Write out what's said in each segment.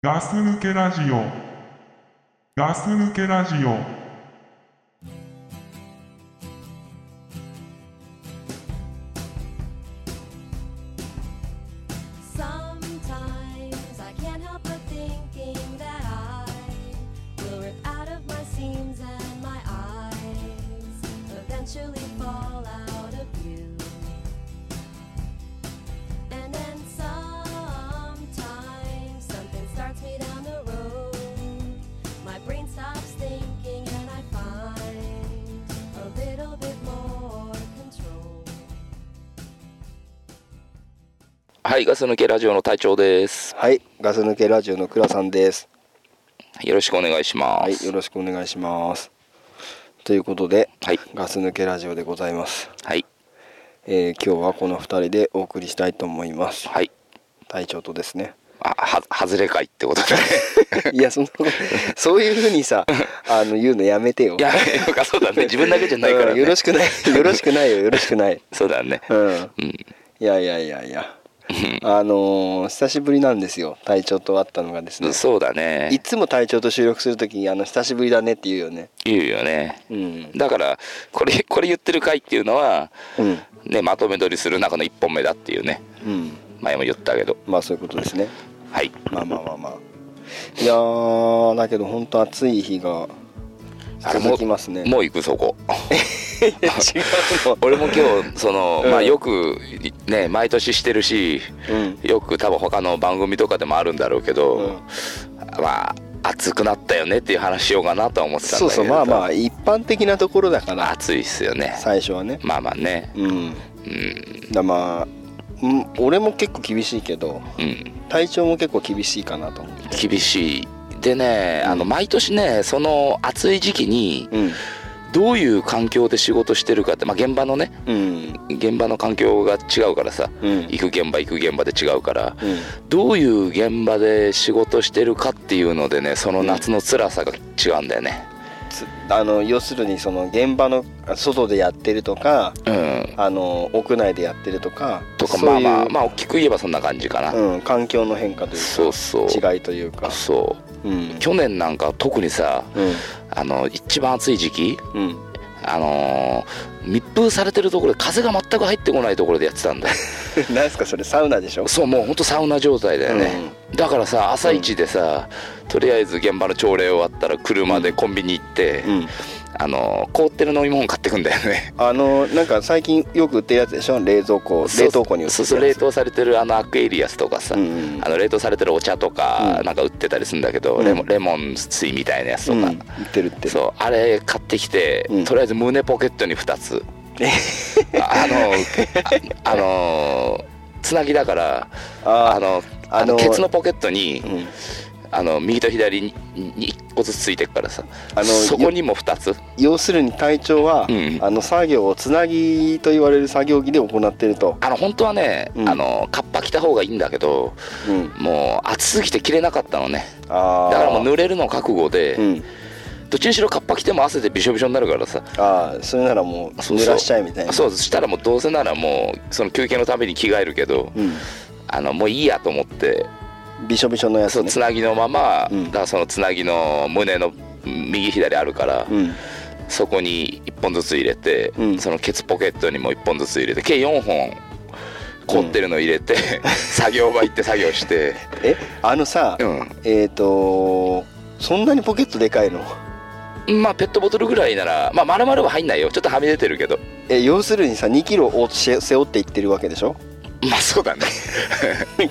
ガス抜けラジオ。ガス抜けラジオ。 Sometimes I can't help but thinking that I will rip out of my seams and my eyes eventually fall out of view. And then sometimes something starts me down the road. My brain stops thinking and I find a little bit more control. はい、ガス抜けラジオの隊長です。はい、ガス抜けラジオの倉さんです。よろしくお願いしまはい、す。よろしくお願いします。ということで、はいガス抜けラジオでございます。はい、えー今日はこの2人でお送りしたいと思います。はい、隊長とですね。 あ、は、外れ会ってことで。いや、そんなこと、そういう風 にさ、あの言うのやめてよ。いや、なんかそうだね、自分だけじゃないから、うんね。よろしくない、よろしくないよ、よろしくない。そうだね。うん。うん、いやいやいやいや。あのー久しぶりなんですよ。隊長と会ったのがですね。そうだいね。つも隊長と収録するときにあの久しぶりだねって言うよね。言うよね。うん。だから、これ、これ言ってる回っていうのは、うん。ね、まとめ撮りする中の一本目だっていうね。うん。前も言ったけど。まあそういうことですね。はい。まあまあまあまあ。いやーだけど本当暑い日があれも続うきますね。もう行く、そ こ。違うの。俺も今日、その、うんまあ、よく、ね、毎年してるし。うん。 よく多分他の番組とかでもあるんだろうけど、うんまあ暑くなったよねっていう話しようかなとは思ってたんだけそうどそうまあまあ一般的なところだかまあら暑いっすよね最初はね。まあまあねうん。うんだまあうん俺も結構厳しいけどうん体調も結構厳しいかなと思って。厳しいでね、あの毎年ねその暑い時期にうん。どういう環境で仕事してるかって、まあ、現場のねうん。現場の環境が違うからさ、うん行く現場行く現場で違うから、うんどういう現場で仕事してるかっていうのでねその夏の辛さが違うんだよねつあの要するにその現場のあ外でやってるとかうんあの屋内でやってるとかとかそういうまあまあまあ大きく言えばそんな感じかな、うん、環境の変化というかそうそう違いというか、そうんう去年なんか特にさうんあの一番暑い時期うん、 あのー密封されてるところで風が全く入ってこないところでやってた んだよ何すかそれサウナでしょそうもうほんとサウナ状態だよね、だからさ朝一でさ、とりあえず現場の朝礼終わったら車でコンビニ行って、うん、あのー凍ってる飲み物買ってくんだよねあのなんか最近よく売ってるやつでしょ冷蔵庫冷凍庫に売ってるやつそうそう冷凍されてるあのアクエリアスとかさ、うんうんあの冷凍されてるお茶とかうんなんか売ってたりするんだけど、レモンレモン水みたいなやつとうんか、売ってる売ってるそうあれ買ってきて、うんとりあえず胸ポケットに2つあのああのつなぎだからあーあのああののケツのポケットに、うんあの右と左にに1個ずつついてるからさあのそこにも2つ要するに隊長は、うんあの作業をつなぎと言われる作業着で行ってると、あの本当はね、うんあのカッパ着た方がいいんだけどうん、もう暑すぎて着れなかったのねあだーからもう濡れるの覚悟で、うん、どっちにしろカッパ着ても汗でびしょびしょになるからさあーそれならもうそう濡らしちゃえみたいなそうしたらもうどうせならもうその休憩のために着替えるけど、うあのもういいやと思ってん、びしょびしょのやそつうねつなぎのまま、うんだからそのつなぎの胸の右左あるから、うんそこに1本ずつ入れて、うんそのケツポケットにも1本ずつ入れて計4本凍ってるの入れて、作業場行って作業して、えあのさ、うえっ、とそんなにポケットでかいの ん、まあペットボトルぐらいならまあ丸々は入んないよちょっとはみ出てるけどえ要するにさ2キロを背負っていってるわけでしょ まあそうだね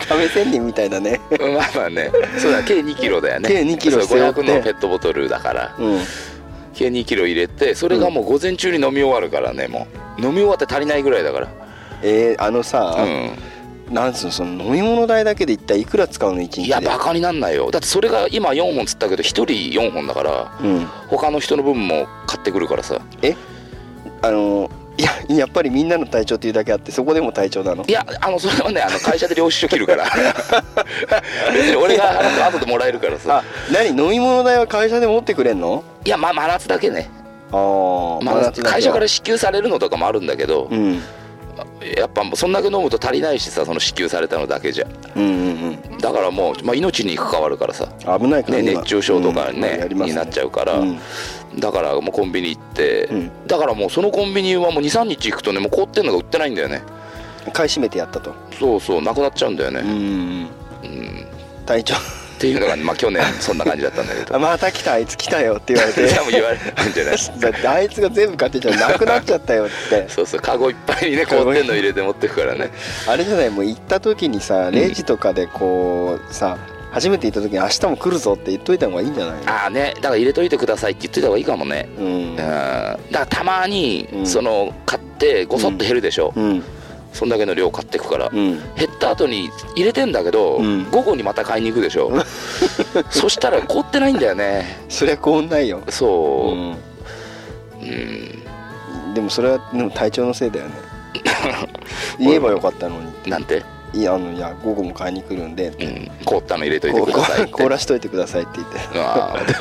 亀仙人みたいだね まあまあねそうだ計2キロだよね計2キロそう背負って500のペットボトルだから、うん計2キロ入れてそれがもう午前中に飲み終わるからねもう飲み終わって足りないぐらいだから えーあのさ、うんなんつうのその飲み物代だけで一体いくら使うの1日でいいやバカになんないよだってそれが今4本つったけど1人4本だからうん他の人の分も買ってくるからさえあのいややっぱりみんなの体調っていうだけあってそこでも体調なのいやあのそれはねあの会社で領収書切るから 別に俺が払って後でもらえるからあさ何飲み物代は会社で持ってくれんのいやまあ真夏だけね、ああ、まあ真夏だけは会社から支給されるのとかもあるんだけど、うんやっぱそんだけ飲むと足りないしさその支給されたのだけじゃうんうんうんだからもう、まあ、命に関わるからさ、危ないからね、今熱中症とかね,、うんやりますになっちゃうから、うんだからもうコンビニ行って、うんだからもうそのコンビニはもう23日行くとねもう凍ってんのが売ってないんだよね買い占めてやったとそうそうなくなっちゃうんだよね、うんうん体調っていうのが、まあ、去年そんな感じだったんだけどあ また来たあいつ来たよっ て言われて多分言われるんじゃないだってあいつが全部買ってちゃなくなっちゃったよってそうそうカゴいっぱいにね凍ってんの入れて持ってくからねあれじゃないもう行った時にさレジとかでこうさ初めて行った時に明日も来るぞって言っといた方がいいんじゃないああねだから入れといてくださいって言っといた方がいいかもねうんうんだからたまに、うんその買ってごそっと減るでしょ、うんそんだけの量買ってくから、うん減った後に入れてんだけど、うん午後にまた買いに行くで しょそしたら凍ってないんだよねそりゃこんないよそうう、んうん、でもそれはでも体調のせい だよね言えばよかったのになんて、いやあのいや午後も買いに来るんでうん、凍ったの入れといこてくうださいってこう凍らしといてくださいって言ってああでも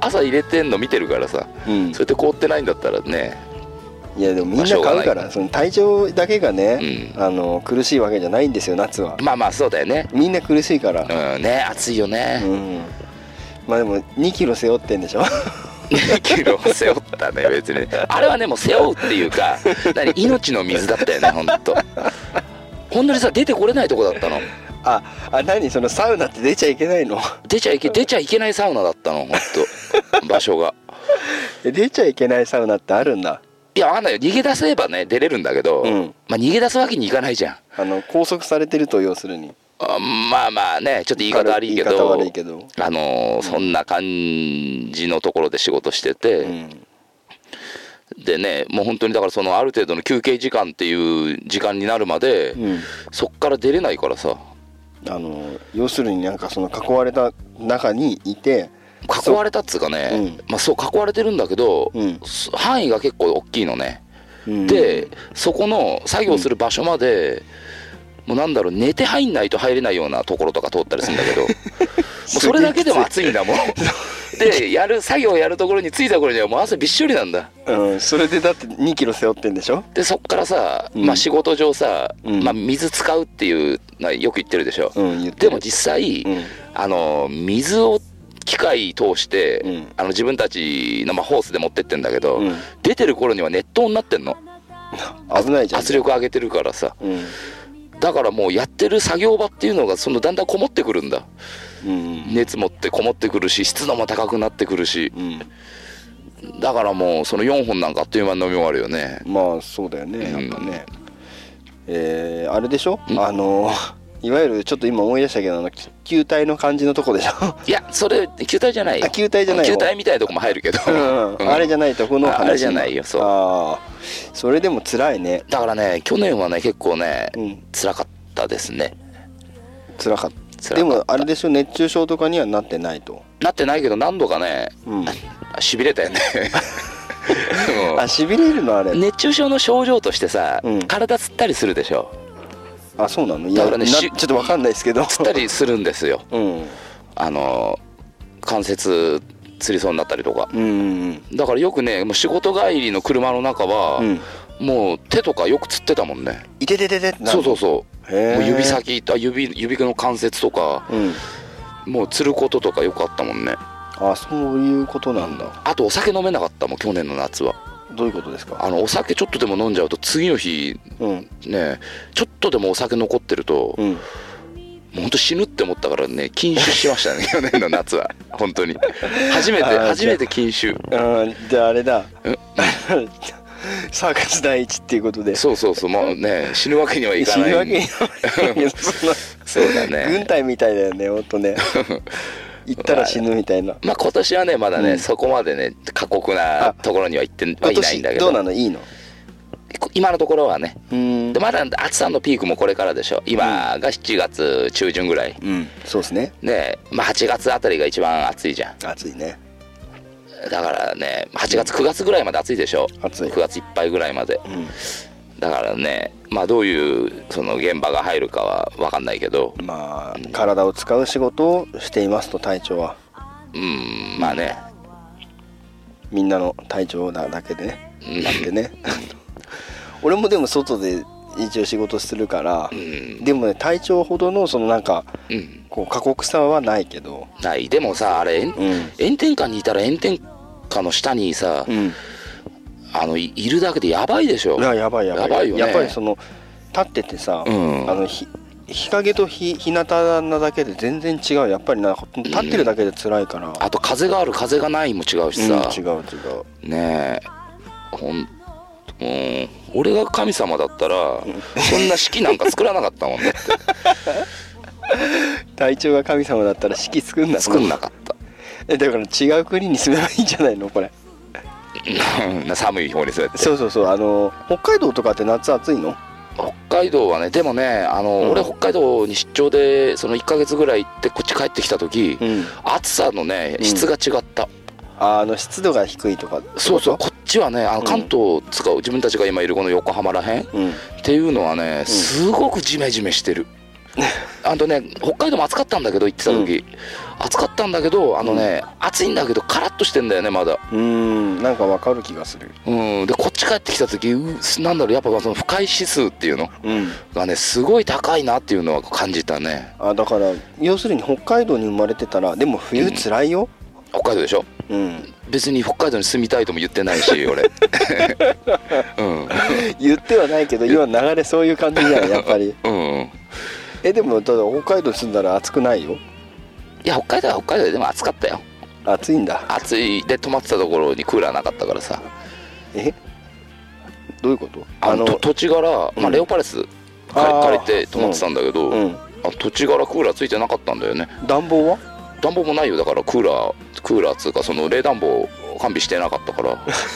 朝入れてんの見てるからさうんそれで凍ってないんだったらねいやでもみんまあなしょうが買なういからその体調だけがね、うあの苦しいわけじゃないんですよ夏はまあまあそうだよねみんな苦しいからうんね暑いよ うね、んまあでも2キロ背負ってんでしょ キロ背負ったね別にあれはねもう背負うっていう か何命の水だったよねほんとほんとにさ出てこれないとこだったのああ何そのサウナって出ちゃいけないの 出ちゃいけ出ちゃいけないサウナだったのほん と場所がえ出ちゃいけないサウナってあるんだいやわかんないよ逃げ出せばね出れるんだけど、うんまあ逃げ出すわけにいかないじゃんあの拘束されてると要するにあまあまあねちょっと言い方悪いけど言い方悪いけどあのーそんな感じのところで仕事してうて、んでねもう本当にだからそのある程度の休憩時間っていう時間になるまで、うんそっから出れないからさあの要するになんかその囲われた中にいて囲われたっつうかねそうんう,、まあ、そう囲われてるんだけど、うんそ範囲が結構大きいのね、うんでそこの作業する場所まで、もうなんだろう寝て入んないと入れないようなところとか通ったりするんだけ どもうそれだけでも暑いんだもんでやる作業やるところに着いた頃にはもう汗びっしょりなんだうん、それでだって2キロ背負ってんでしょでそっからさ、うんまあ、仕事上さ、うんまあ、水使うっていうのはよく言ってるでしょ、うん言ってでるも実際、うんあの水を機械通して、うんあの自分たちの、まあ、ホースで持ってってんだけど、うん出てる頃には熱湯になってんの危ないじゃん圧力上げてるからさうんだからもうやってる作業場っていうのがそのだんだんこもってくるんだうん熱持ってこもってくるし湿度も高くなってくるしうんだからもうその4本なんかあっという間に飲み終わるよねまあそうだよねうんやっぱね、えーあれでしょあのいわゆるちょっと今思い出したけどあのき球体の感じのとこでしょいやそれ球体じゃないよあ球体じゃない方球体みたいなとこも入るけど、うん、あれじゃないとこの話ああれじゃないよそうああそれでも辛いねだからね去年はね結構ね、うん辛かったですね辛かった辛かったでもあれでしょ熱中症とかにはなってないと、なってないけど何度かね うん、しびれたよね あしびれるのあれ、うん熱中症の症状としてさ、うん体つったりするでしょあそうなのいや、だからねなちしょっとわかんないですけどつったりするんですよ うんあの関節つりそうになったりとかうんうんだからよくねもう仕事帰りの車の中は、うんもう手とかよくつってたもんねいててててってなるそうそうそうへーもう指先あ指指の関節とかうんもうつることとかよくあったもんねあそういうことなんだ、あとお酒飲めなかったもん去年の夏はどういうことですかあのお酒ちょっとでも飲んじゃうと次の日うんねちょっとでもお酒残ってると、うんもう本当死ぬって思ったからね禁酒しました ね去年の夏は本当に初めてあーじゃあ初めて禁酒あーじゃああれだ サーカス第一っていうこと でそうそうそうもうね死ぬわけにはいか 死ないぬわけにはいかないそんなそうだね軍隊みたいだよねほん とね行ったら死ぬみたいなまあ今年はねまだね、うんそこまでね過酷なところには行ってはいな今いん年だけどどうなのいいの今のところはねうんでまだ暑さのピークもこれからでしょ今が7月中旬ぐらいうんそうですねねまあ8月あたりが一番暑いじゃん暑いねだからね8月9月ぐらいまで暑いでしょ暑い9月いっぱいぐらいまでうだからねまあどういうその現場が入るかは分かんないけどんまあ体を使う仕事をしていますと体調はうんまあねみんなの体調だだけでねうんなってね俺もでも外で一応仕事するからう、んでもね体調ほどのそのなんかうんこう過酷さはないけどないでもさあれ、炎うん炎天下にいたら炎天下の下にさ、うんあのいいるだけでやばいでしょいややばいやばやいばいよねやっぱりその立っててさ、うんあのひ日陰と日日向なだけで全然違うやっぱりな立ってるだけで辛いから、うん、あと風がある風がないも違うしさ、違う違うねえほんうん俺が神様だったらそんな式なんか作らなかったもんね体調が神様だったら式作んな作んなかっえだから違う国に住めばいいんじゃないのこれた寒い方にそうやってそうそうそうあの北海道とかって夏暑いの北海道はねでもねあの、うん俺北海道に出張でその1ヶ月ぐらい行ってこっち帰ってきた時、うん暑さのねうん質が違った、ああの湿度が低いとかってことそうそうこっちはねあのうん関東使う、自分たちが今いるこの横浜らへんっうんていうのはねすごくジメジメしてる、あとね北海道も暑かったんだけど行ってた時、暑かったんだけどあのね、暑いんだけどカラッとしてんだよねまだうーんなんかわかる気がするうんでこっち帰ってきた時うなんだろうやっぱその不快指数っていうのうんがねすごい高いなっていうのは感じたねあだから要するに北海道に生まれてたらでも冬辛いよ北海道でしょうん別に北海道に住みたいとも言ってない し俺うん言ってはないけど今流れそういう感じじゃんやっぱ りうんえでもただ北海道住んだら暑くないよいや北海道は北海道ででも暑かったよ暑いんだ暑いで泊まってたところにクーラーなかったからさえどういうことあのと土地柄、まうあ、んレオパレス借あーり借りて泊まってたんだけど、うんあの土地柄クーラーついてなかったんだよね暖房は暖房もないよだからクーラークーラーっつうかその冷暖房完備してなかったから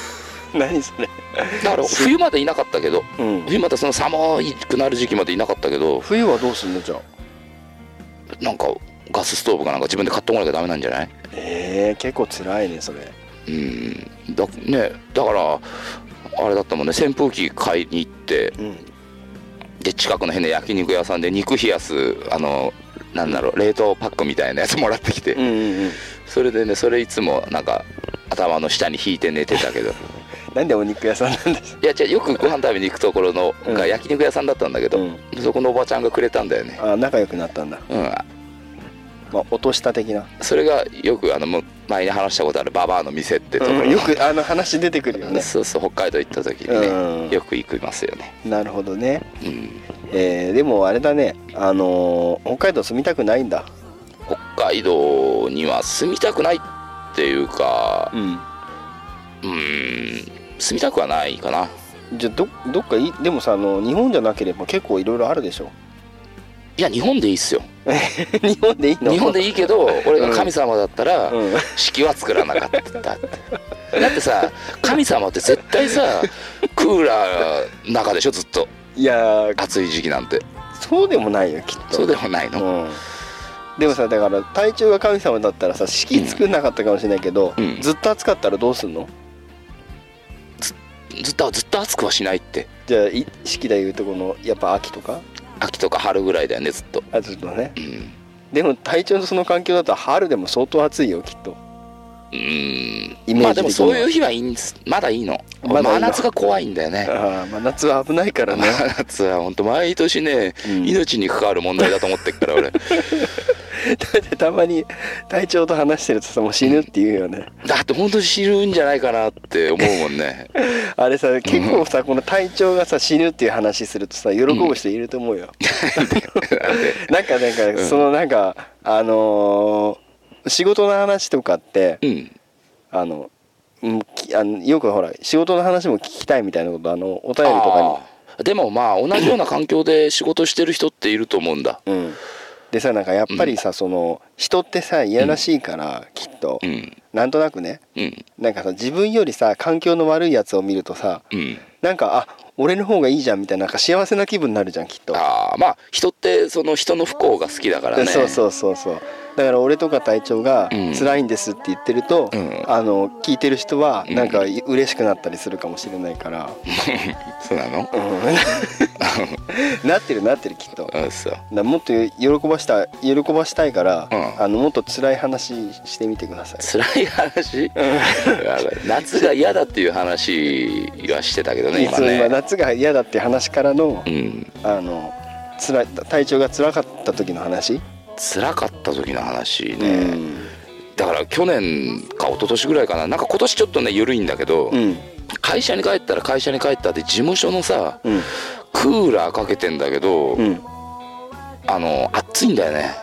何それだから冬までいなかったけどうん冬までその寒くなる時期までいなかったけど冬はどうすんのじゃあなんかガスストーブかなんか自分で買ってこなきゃダメなんじゃないえー、結構辛いねそれうんだ,、ね、だからあれだったもんね扇風機買いに行ってうんで近くの変な焼肉屋さんで肉冷やすあのなんだろう冷凍パックみたいなやつもらってきて、うんうんうんそれでねそれいつもなんか頭の下に引いて寝てたけどなんでお肉屋さんなんですいやじゃよくご飯食べに行くところのうんが焼肉屋さんだったんだけど、うんそこのおばちゃんがくれたんだよねあ仲良くなったんだうんまあ落とした的な、それがよくあのむ前に話したことあるババアの店ってところ、よくあの話出てくるよねそうそう北海道行った時にうんねよく行きますよねなるほどねうんえー、でもあれだねあのー北海道住みたくないんだ北海道には住みたくないっていうかうんうーん住みたくはないかなじゃあどどっかいいでもさあの日本じゃなければ結構いろいろあるでしょいや日本でいいっすよ 日本でいいの日本でいいけど俺が神様だったらうん式は作らなかったってだってさ神様って絶対さクーラーの中でしょずっと いやー暑い時期なんてそうでもないよきっとそうでもないのうん、でもさだから体調が神様だったらさ式作んなかったかもしれないけど、うんずっと暑かったらどうすんのずっとずっと暑くはしないってじゃあい式でいうとこのやっぱ秋とか秋とか春ぐらいだよねずっとあずっとねうんでも体調のその環境だと春でも相当暑いよきっとうイーメージ的にんはまあでもそういう日はいいんですまだいいのまだいいの真夏が怖いんだよね ああ、まあ、夏は危ないから ね真夏は本当毎年ね、うん命に関わる問題だと思ってっから俺だって たまに体調と話してるとさもう死ぬって言うよねだって本当に知るんじゃないかなって思うもん ねあれさ結構さこの体調がさ死ぬっていう話するとさ喜ぶ人いると思うよ、 なんかなんかそのなんかあのー仕事の話とかってうんあのうんきあのよくほら仕事の話も聞きたいみたいなことあのお便りとかあーでもまあ同じような環境で仕事してる人っていると思うんだに、うん、でさなんかやっぱりさ、その人ってさいやらしいから、きっと、うんなんとなくねうんなんかさ自分よりさ環境の悪いやつを見るとさうんなんかあ俺の方がいいじゃんみたいななんか幸せな気分になるじゃんきっと ああまあ人ってその人の不幸が好きだからねそうそうそうそうだから俺とか隊長がうん辛いんですって言ってると、うんあの聞いてる人はうんなんかい嬉しくなったりするかもしれないから、そうなのうん なってるなってるきっと。あそうだからもっと喜ばした喜ばしたいから、うんあのもっと辛い話してみてください。辛い話 夏が嫌だっていう話はしてたけどね今そう今ね夏が嫌だって話からの、うんあの辛い体調が辛かった時の話、辛かった時の話うね、んだから去年か一昨年ぐらいかななんか今年ちょっとね緩いんだけど、うん会社に帰ったら会社に帰ったって事務所のさうんクーラーかけてんだけど、うん、あの暑いんだよね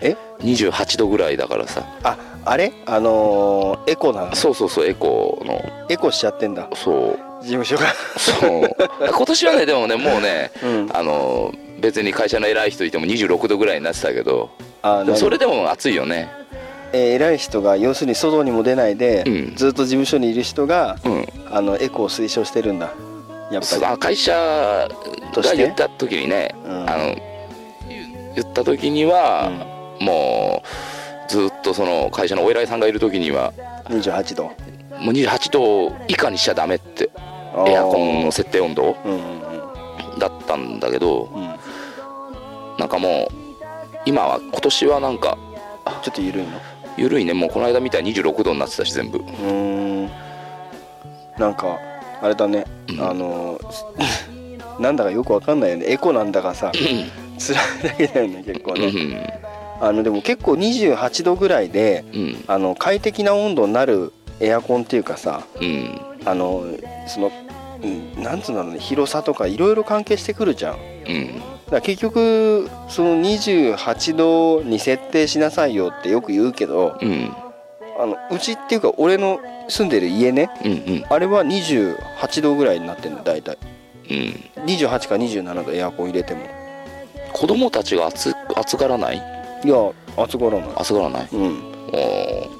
え28度ぐらいだからさああれあのーエコなそうそうそうエコーのエコしちゃってんだそう事務所が そう今年はねでもねもうね、うんあの別に会社の偉い人いても26度ぐらいになってたけどあでもなそれでも暑いよねえー偉い人が要するに外にも出ないで、うんずっと事務所にいる人が、うんあのエコを推奨してるんだやっそうぱあ会社としがて言った時にね、うんあの言言った時には、もうずっとその会社のお偉いさんがいる時にはり28度もう28度以下にしちゃダメってエアコンの設定温度うんうんうんだったんだけどうんなんかもう今は今年はなんかちょっと緩いの緩いねもうこの間みたいに26度になってたし全部うーんなんかあれだね、うんあのーなんだかよくわかんないよねエコなんだかさ辛いだけだよね結構うね、んあのでも結構28度ぐらいでうんあの快適な温度になるエアコンっていうかさうんあのその、うん、なんつうんだろうね広さとかいろいろ関係してくるじゃんだかうんら結局その28度に設定しなさいよってよく言うけどうんあのうちっていうか俺の住んでる家ねうんうんあれは28度ぐらいになってるの大体うん28か27度エアコン入れても子供たちが暑暑がらないいや暑がらない暑がらないうんおだーか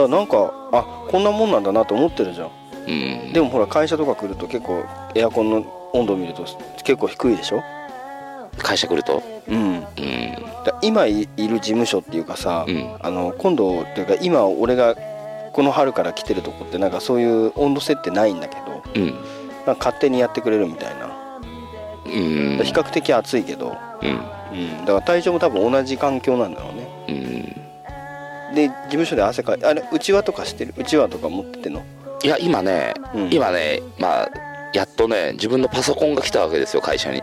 らなんかあこんなもんなんだなと思ってるじゃんうんでもほら会社とか来ると結構エアコンの温度見ると結構低いでしょ、会社来るとうん、うんだ今いいる事務所っていうかさ、うんあの今度っていうか今俺がこの春から来てるとこってなんかそういう温度設定ないんだけどうんなんか勝手にやってくれるみたいなうんだから比較的暑いけど、うんうん、だから体調も多分同じ環境なんだろうねうんで事務所で汗かいあれうちわとかしてるうちわとか持ってってんのいや今ね、うん今ねまあやっとね自分のパソコンが来たわけですよ会社に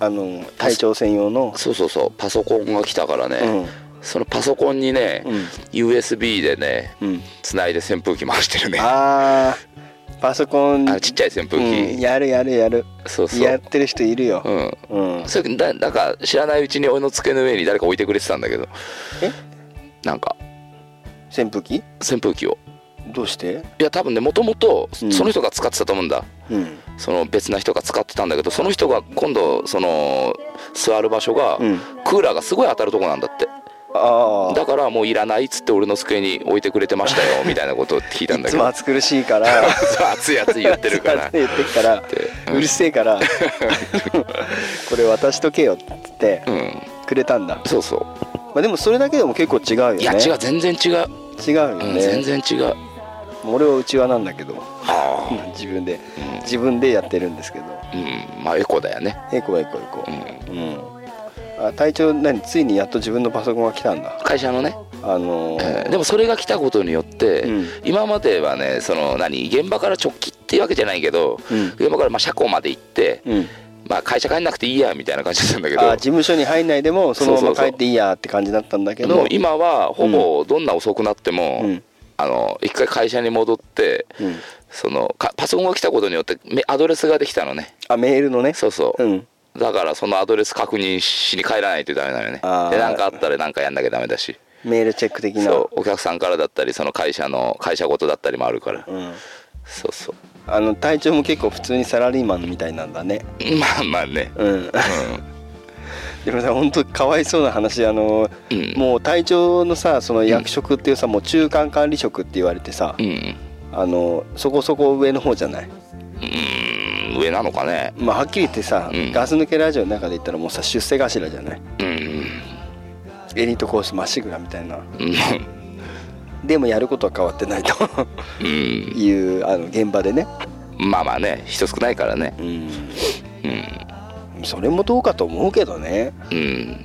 あの体調専用のそうそうそうパソコンが来たからうね、んそのパソコンにね、うん USB でねうんつないで扇風機回してるねああーパソコンのちっちゃい扇風うん、機、やるやるやるそうそうやってる人いるよ、うんうんそれだなんか知らないうちに俺の机の上に誰か置いてくれてたんだけどえなんか扇風機扇風機をどうしていや多分ねもともとうんその人が使ってたと思うんだ、うんその別な人が使ってたんだけどその人が今度その座る場所が、うんクーラーがすごい当たるとこなんだってああだからもういらないっつって俺の机に置いてくれてましたよみたいなことを聞いたんいだつけもど暑苦しいからそう熱い 熱い言ってる から熱い熱い言ってっからてうるせえから これ渡しとけよっつってうんくれたんだ、そうそうまあ、でもそれだけでも結構違うよねいや違う全然違う、違うようね、ん、全然違う俺はうちわなんだけどああ自分で、自分でやってるんですけどうんまあエコだよねえこうえこうえこううんあ体調何ついにやっと自分のパソコンが来たんだ会社のねあのーえーでもそれが来たことによって、うん今まではねその何現場から直帰っていうわけじゃないけど、うん現場からまあ車庫まで行って、うんまあ、会社帰んなくていいやみたいな感じだったんだけあ事ど務所に入んないでもそのそまうそうそまう帰っていいやって感じだったんだけどもう今はほぼどんな遅くなっても、うんあの一回会社に戻って、うんそのかパソコンが来たことによってめアドレスができたのねあメールのねそうそう、んだからそのアドレス確認しに帰らないとダメなのよねあーで何かあったら何かやんなきゃダメだしメールチェック的なそうお客さんからだったりその会社の会社ごとだったりもあるから、うん、そうそうあの体調も結構普通にサラリーマンみたいなんだね まあまあねうん でもさ本当かわいそうな話あの、うんもう体調のさその役職っていうさ、もう中間管理職って言われてさ、うん、あのそこそこ上の方じゃないうん、上なのかねまあはっきり言ってさ、うんガス抜けラジオの中で言ったらもうさ出世頭じゃないうんエリートコースまっしぐらみたいなうん でもやることは変わってないと うんいうあの現場でね、まあまあね人少ないからねうん、うんそれもどうかと思うけどねうん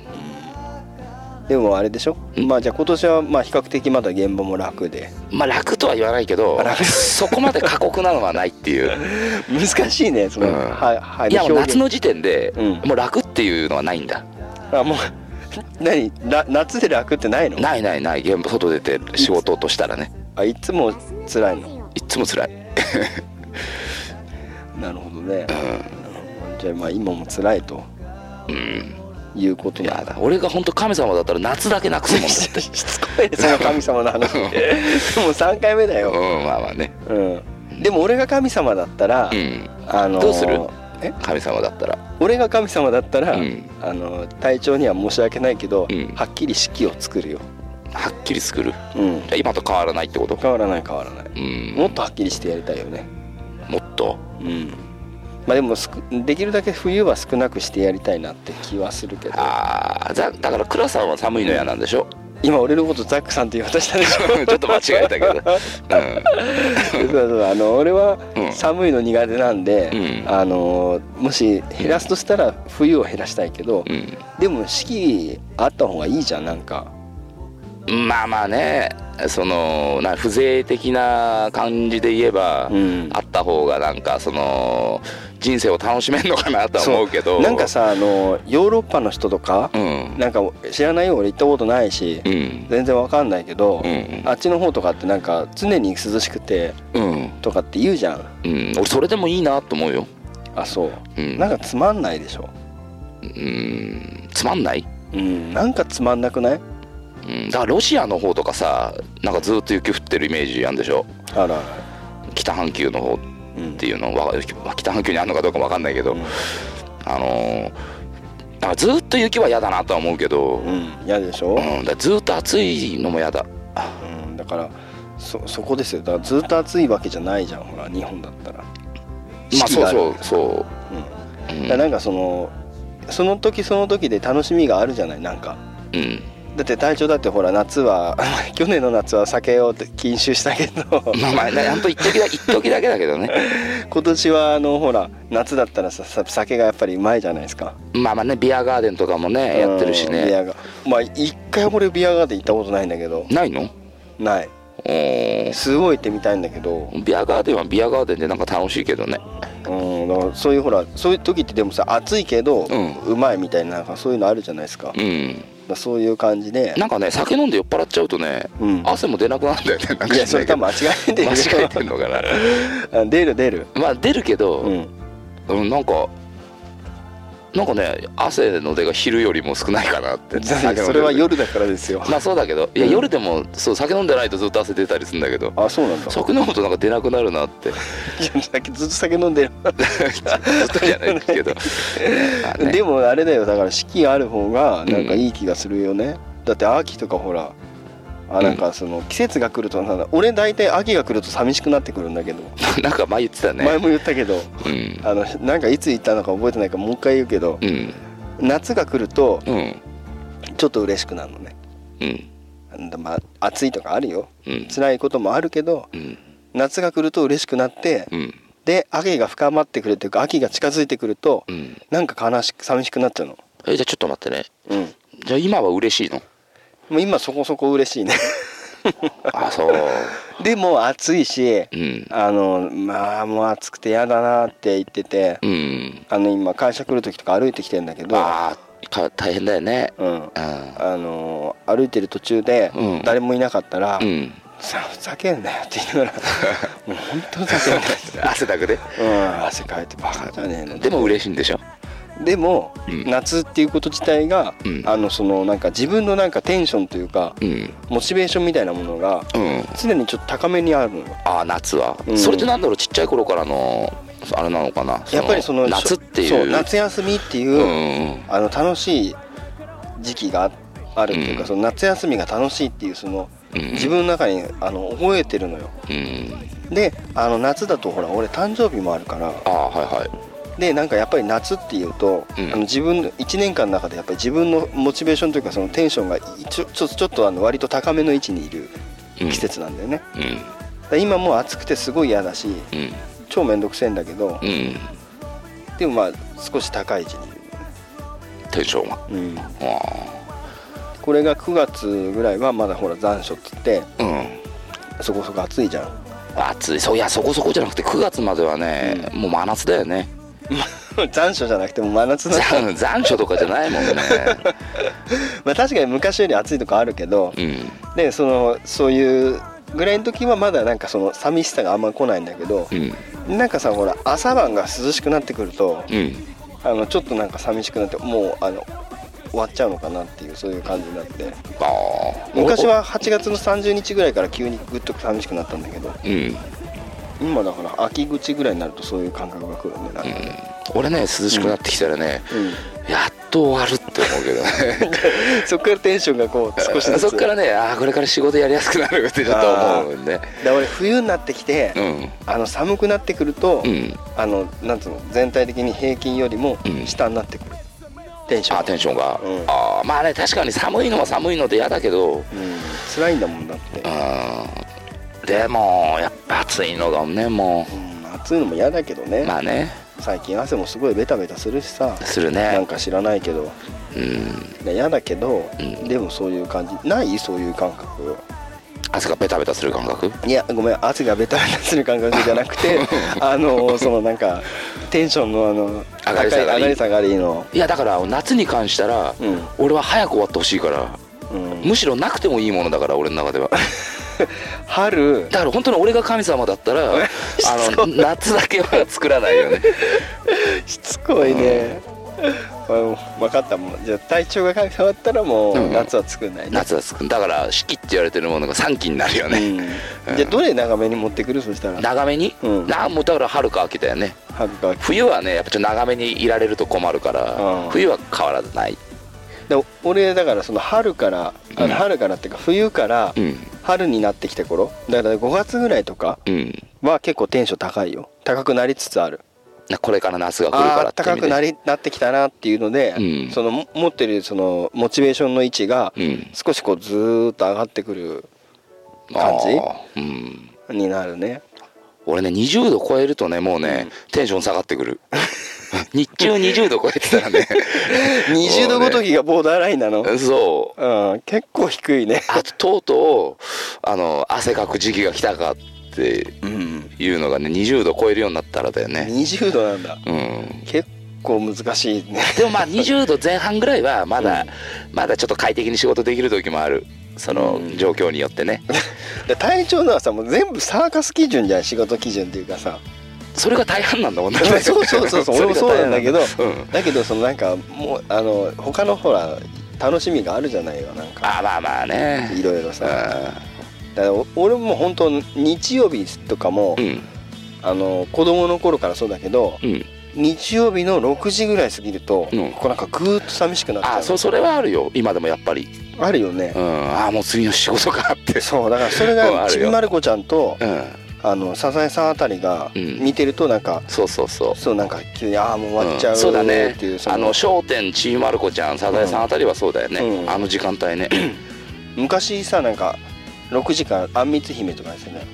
でもあれでしょ、うんまあじゃあ今年はまあ比較的まだ現場も楽でまあ楽とは言わないけどあ楽そこまで過酷なのはないっていう 難しいねその、うんははいやもう表現夏の時点でうんもう楽っていうのはないんだあもう何ら夏で楽ってないのないないない現場外出て仕事としたらねあいつも辛いのいっつも辛いなるほどね、じゃあまあ今も辛いとうんいうこといなんやだ俺が本当神様だったら夏だけなくすもんだ しつこい ねその神様の話 もう3回目だよ、うんまあまあねうん、でも俺が神様だったら、うんあのーどうするえ神様だったら俺が神様だったら、うんあのー体調には申し訳ないけど、うんはっきり式を作るよ、はっきり作るうん、じゃあ今と変わらないってこと変わらない変わらない、うんもっとはっきりしてやりたいよねもっとうんまあでもすくできるだけ冬は少なくしてやりたいなって気はするけどああだだから倉さんは寒いの嫌なんでしょ 今俺のことザックさんって言おうとしたでしょちょっと間違えたけどそうそうあの俺はうん寒いの苦手なんで、うんあのもし減らすとしたら冬を減らしたいけど、うん、でも四季あった方がいいじゃんなんかうん、まあまあねそのな風情的な感じで言えば、うんあった方がなんかその人生を楽しめんのかなとは思うけどなんかさあのヨーロッパの人とかう、んなんか知らないよ俺行ったことないし、うん全然わかんないけど、うんあっちの方とかってなんか常に涼しくてうん、とかって言うじゃんうん、俺それでもいいなと思うよあそう、うんなんかつまんないでしょうんつまんない、うんなんかつまんなくないうん、だからロシアの方とかさなんかずっと雪降ってるイメージやんでしょあらあら北半球の方っうんていうのわか北半球にあるのかどうかわかんないけど、うんあのーだからずっと雪は嫌だなとは思うけど、うんうん嫌でしょ、だからずっと暑いのも嫌だうん、だからそそこですよだからずっと暑いわけじゃないじゃんほら日本だったらまあ四季そうがあるそうそうう、うんんだからなんかそのその時その時で楽しみがあるじゃないなんかうんだって体調だってほら夏は 去年の夏は酒を禁酒したけどまあまあねほんと一時だ一時だけだけどね 今年はあのほら夏だったらささ酒がやっぱりうまいじゃないですかまあまあねビアガーデンとかもねやってるしうんビねアがまあ一回俺ビアガーデン行ったことないんだけどないのないおーすごい行ってみたいんだけどビアガーデンはビアガーデンでなんか楽しいけどねうんだからそういうほらそういう時ってでもさ暑いけど、ううんまいみたいななんかそういうのあるじゃないですか,、だかうんらそういう感じでなんかね酒飲んで酔っ払っちゃうとね、うん汗も出なくなるんだよねなんかいやそれ多分間違えてるよ 間違えてんのか なあ出る 出るまあ出るけど、うんうん、なんかなんかね汗の出が昼よりも少ないかなってだって酒飲んでる それは夜だからですよ まあそうだけどいやうん夜でもそう酒飲んでないとずっと汗出たりするんだけどあそうなんだ酒飲むとなんか出なくなるなって いやさっきずっと酒飲んでる、ずっとじゃないけ ど、まあねでもあれだよだから四季がある方がなんかいい気がするよね、だって秋とかほらあなんかその季節が来るとなんだ俺大体秋が来ると寂しくなってくるんだけど、 なんか前言ってた前ねも言ったけどうんあのなんかいつ行ったのか覚えてないからもう一回言うけど、うん夏が来るとうんちょっと嬉しくなるのねうんうんまあ暑いとかあるようん辛いこともあるけどうん夏が来ると嬉しくなってうんで秋が深まってくるというか秋が近づいてくるとうんなんか悲しく寂しくなっちゃうのえじゃあちょっと待ってねうんじゃあ今は嬉しいのもう今そこそこ嬉しいねあそうでも暑いしうんあのまあもう暑くて嫌だなって言っててうんあの今会社来る時とか歩いてきてんだけどああか大変だよねうんうんあの歩いてる途中でうん誰もいなかったらうん「さふざけんなよ」って言いながら「もう本当ふざけんなよ」って汗だくでうん、汗かいてバカじゃねえのでも嬉しいんでしょでも、うん夏っていうこと自体が、うんあのそのなんか自分のなんかテンションというかうんモチベーションみたいなものがうん常にちょっと高めにあるのよああ夏は、うんそれってなんだろうちっちゃい頃からのあれなのかなやっぱりその夏っていうそう夏休みっていう、うんうんあの楽しい時期がああるっていうか、うんその夏休みが楽しいっていうそのうん自分の中にあの覚えてるのようんであの夏だとほら俺誕生日もあるからああはいはいでなんかやっぱり夏っていうと、うんあの自分の1年間の中でやっぱり自分のモチベーションというかそのテンションがちょちょちょっとあの割と高めの位置にいる季節なんだよね、うんだから今もう暑くてすごい嫌だしうん超面倒くせえんだけどう、んでもまあ少し高い位置にいる、テンションがうん、あこれが9月ぐらいはまだほら残暑っつってあうんそこそこ暑いじゃん暑いそういやそこそこじゃなくて9月まではね、もう真夏だよね 残暑じゃなくても真夏なの残残暑とかじゃないもんね まあ確かに昔より暑いとこあるけどうんでそのそういうぐらいの時はまだなんかその寂しさがあんま来ないんだけどうんなんかさほら朝晩が涼しくなってくるとうんあのちょっとなんか寂しくなってもうあの終わっちゃうのかなっていうそういう感じになってああ昔は8月の30日ぐらいから急にぐっと寂しくなったんだけどうん今だから秋口ぐらいになるとそういう感覚が来るんでなんかね俺ね涼しくなってきたらね、うんやっと終わるって思うけどねそっからテンションがこう 少しずつ そっからねああこれから仕事やりやすくなるってちょっと思うんでだから俺冬になってきて、うんあの寒くなってくると、うんあのなんつうの全体的に平均よりもうん下になってくる、テンションあテンションが、うんああまあね確かに寒いのは寒いので嫌だけどうん辛いんだもんだって、うんでもやっぱ暑いのがねもうん暑いのも嫌だけどね、うまあね最近汗もすごいベタベタするしさするなんねか知らないけどうんいや嫌だけど、うんでもそういう感じないそういう感覚汗がベタベタする感覚いやごめん汗がベタベタする感覚じゃなくて あのそのなんかテンションのあの上がり下がり高い上がり下がりのいやだから夏に関したら、うん俺は早く終わってほしいからうんむしろなくてもいいものだから俺の中で は春だから本当に俺が神様だったらあのそ夏だけは作らないよねしつこいね、分かったもんじゃあ体調が変わったらもううん夏は作んないね、夏は作るだから四季って言われてるものが三季になるようんね、じゃあどれ長めに持ってくるそしたら長めに、うんなもうだから春か秋だよね春か秋冬はねやっぱちょっと長めにいられると困るから、うん冬は変わらないで俺だからその春からあのうん春からっていうか冬からうん春になってきた頃だから5月ぐらいとかうんは結構テンション高いよ高くなりつつあるなこれから夏が来るあからあって意高味でくなりなってきたなっていうので、うんそのも持ってるそのモチベーションの位置がうん少しこうずーっと上がってくる感あーうんじになるね俺ね20度超えるとねもうね、テンション下がってくる 日中20度超えてたら ね20度ごときがボーダーラインなの、そううん、結構低いね、あとうとうあの汗かく時期が来たかってうん、いうのがね20度超えるようになったらだよね20度なんだうん結構難しいねでもまあ20度前半ぐらいはまだ、まだちょっと快適に仕事できる時もあるそのうん状況によってねで体調のはさもう全部サーカス基準じゃん仕事基準っていうかさそれが大半なんだもんね そうそう そうそう俺もそうなんだけどそれが大半なんだうんだけどそのなんかもうあの他のほら楽しみがあるじゃないよなんかあまあまあいねろいろさだからお俺も本当日曜日とかも、うんあの子供の頃からそうだけどうん日曜日の6時ぐらい過ぎると、うんこうなんかぐーっと寂しくなっちゃうあそそれはあるよ今でもやっぱりあるよね、うん、ああもう次の仕事かってそうだからそ れうんあがるちよびまる子ちゃんとうんあのサザエさんあたりがうん見てるとなんか、そうそうそうそうなんか急にああもう終わっちゃう,、んそうだねっていうあそのの『笑点』ちーまる子ちゃんサザエさんあたりはそうだよね、うんあの時間帯ね昔さなんか6時からあんみつ姫とかですね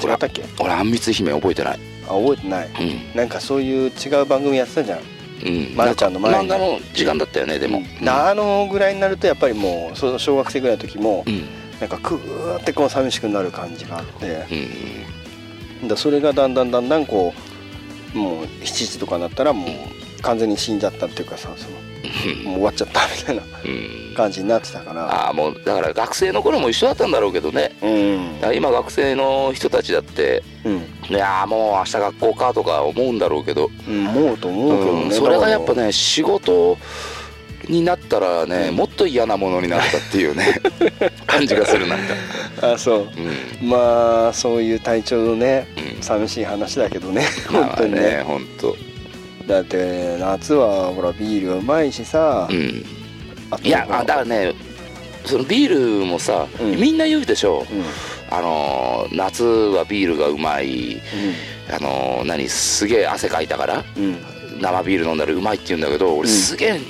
ほ違らったっけ俺あんみつ姫覚えてないあ覚えてないうんなんかそういう違う番組やってたじゃんうんまるちゃんの前漫に画の時間だったよねでもうんなあのぐらいになるとやっぱりもうその小学生ぐらいの時もうんなんかクーってこう寂しくなる感じがあってうんだそれがだんだんだんだんこうもう7時とかになったらもう完全に死んじゃったっていうかさそのもう終わっちゃったみたいなうんうん感じになってたからああもうだから学生の頃も一緒だったんだろうけどねうんだから今学生の人たちだってうんいやーもう明日学校かとか思うんだろうけどうん思うと思うけどね、うんそれがやっぱだかね仕事になったらね、もっと嫌なものになったっていう ね感じがするなんか、らあそううんまあそういう体調のねうん寂しい話だけどねま本あ当にね,、ね本当だって夏はほらビールはうまいしさ、うんあといやあだからねねそのビールもさ、うんみんな言うでしょうんあのー夏はビールがうまい、あのー何すげえ汗かいたからうんうん生ビール飲んだらうまいって言うんだけど俺うんすげえ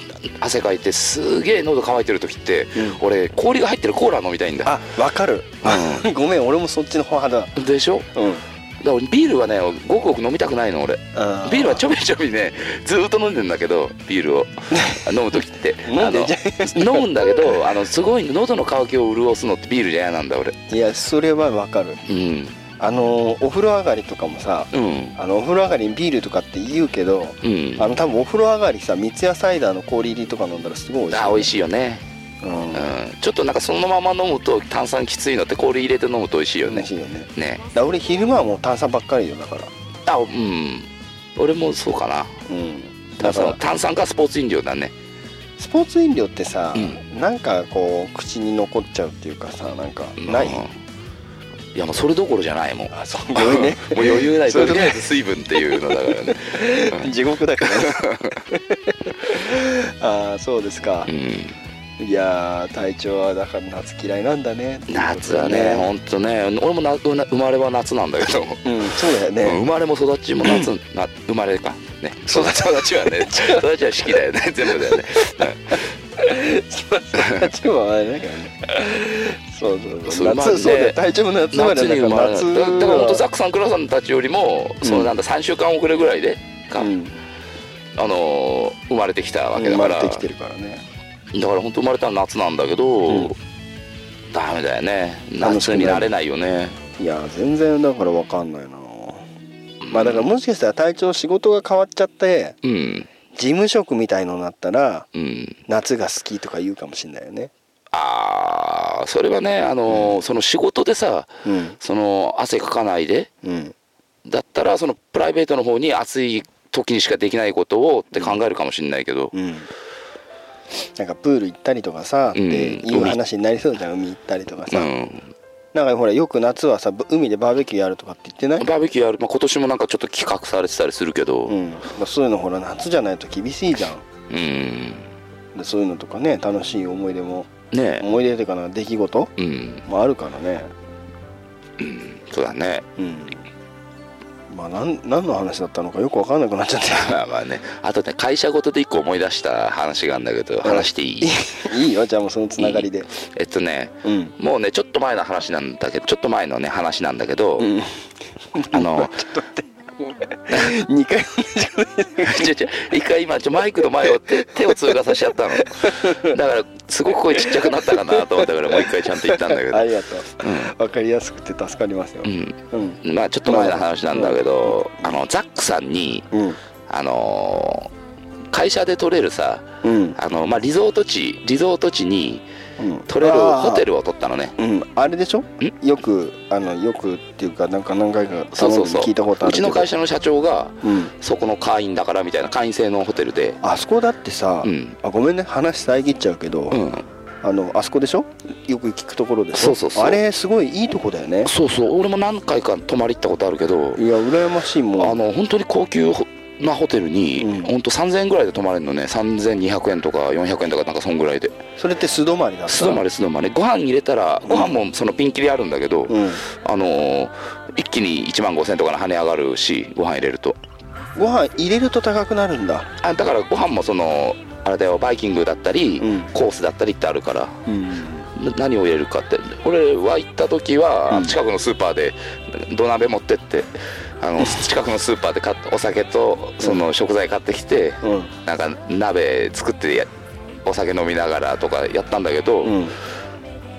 汗かいてすげえ喉乾いてる時って、うん俺氷が入ってるコーラ飲みたいんだあわかる、 ごめん俺もそっちの方派だでしょうんだからビールはねごくごく飲みたくないの俺あビールはちょょびちょびねずーっと飲んでんだけどビール を飲む時って飲んでんじゃあの飲むんだけどあのすごい喉の渇きを潤すのってビールじゃ嫌なんだ俺いやそれはわかるうんあのお風呂上がりとかもさうんあのお風呂上がりにビールとかって言うけどうんあの多分お風呂上がりさ三ツ矢サイダーの氷入りとか飲んだらすごい美味しいあ美味しいよね、うんうん、ちょっとなんかそのまま飲むと炭酸きついのって氷入れて飲むと美味しいよ美ね味しいよねだかねら俺昼間はもう炭酸ばっかりよだからあうん俺もそうかなうん炭だか酸ら炭酸かスポーツ飲料だねスポーツ飲料ってさ、うんなんかこう口に残っちゃうっていうかさなんかない、うんいやもうそれどころじゃない もんあそうごめんねもう余裕ない そとれりあえず水分っていうのだからね地獄だから ああ そうですかう、んいやー体調はだから夏嫌いなんだね夏はねほんとね俺もなうな生まれは夏なんだけど、うんそうだよ ね、生まれも育 ちも夏な生まれかね育ち育ちはね 育ちは四季だよね 全部だよね体調はあれだから ねそうそうそそううまあね夏そうだよ体調も夏ま夏でに生だかまられ夏ただはからほんとザックさんクラさんたちよりも、うんそのなんだ3週間遅れぐらいでか、うんあのー生まれてきたわけだ生かまられてきてるからねだから本当生まれたの夏なんだけど、うんダメだよね夏になれないよねいやー全然だから分かんないなまあだからもしかしたら体調仕事が変わっちゃってうん事務職みたいのになったらうん夏が好きとか言うかもしれないよねあーそれはねあのー、その仕事でさうんその汗かかないでうんだったらそのプライベートの方に暑い時にしかできないことをって考えるかもしれないけど、うんなんかプール行ったりとかさっていう話になりそうじゃん海行ったりとかうさ、ん、なんかほらよく夏はさぶ海でバーベキューやるとかって言ってない、バーベキューやる、まあ、今年もなんかちょっと企画されてたりするけど、うんまあ、そういうのほら夏じゃないと厳しいじゃんうんねでそういうのとかね楽しい思い出もえ思い出というかな出来事うんもあるからねそうだね うんまあなん何の話だったのかよく分かんなくなっちゃっまあまあねあとね会社ごとで一個思い出した話があるんだけど話していい ていいよじゃあもうそのつながりでえっとねうんもうねちょっと前の話なんだけどちょっと前のね話なんだけど、うんあ の2回ちょちょ一回今ちょマイクの前を手手を通過させちゃったのだからすごく声ちっちゃくなったかなと思ったからもう一回ちゃんと言ったんだけどありがとう分かりやすくて助かりますようん、うんまあちょっと前の話なんだけど、あのザックさんにうんあのー会社で取れるさうんあの、まあ、リゾート地リゾート地にうん取れるあーホテルを取ったのねうん、あれでしょよくあのよくっていうかなんか何回かそう頼そんうでそう聞いたことあうるけちどの会社の社長がうんそこの会員だからみたいな会員制のホテルであそこだってさ、うんあごめんね話遮っちゃうけど、うんあのあそこでしょよく聞くところでしょそうそうそうあれすごいいいとこだよねそうそう俺も何回か泊まり行ったことあるけど、いや羨ましいもんあの本当に高級ほなホテルに、うん本当3000円ぐらいで泊まれるのね3200円とか400円とかなんかそんぐらいでそれって素泊まりだった素泊まり素泊まりご飯入れたらご飯もそのピンキリあるんだけど、うん、あのー一気に1万5000円とかの跳ね上がるしご飯入れるとご飯入れると高くなるんだ、あだからご飯もそのあれだよバイキングだったり、うんコースだったりってあるからうん、な何を入れるかって俺は行った時は、うん近くのスーパーで土鍋持ってってあの近くのスーパーで買ったお酒とその食材買ってきて、うんなんか鍋作ってやお酒飲みながらとかやったんだけど、うん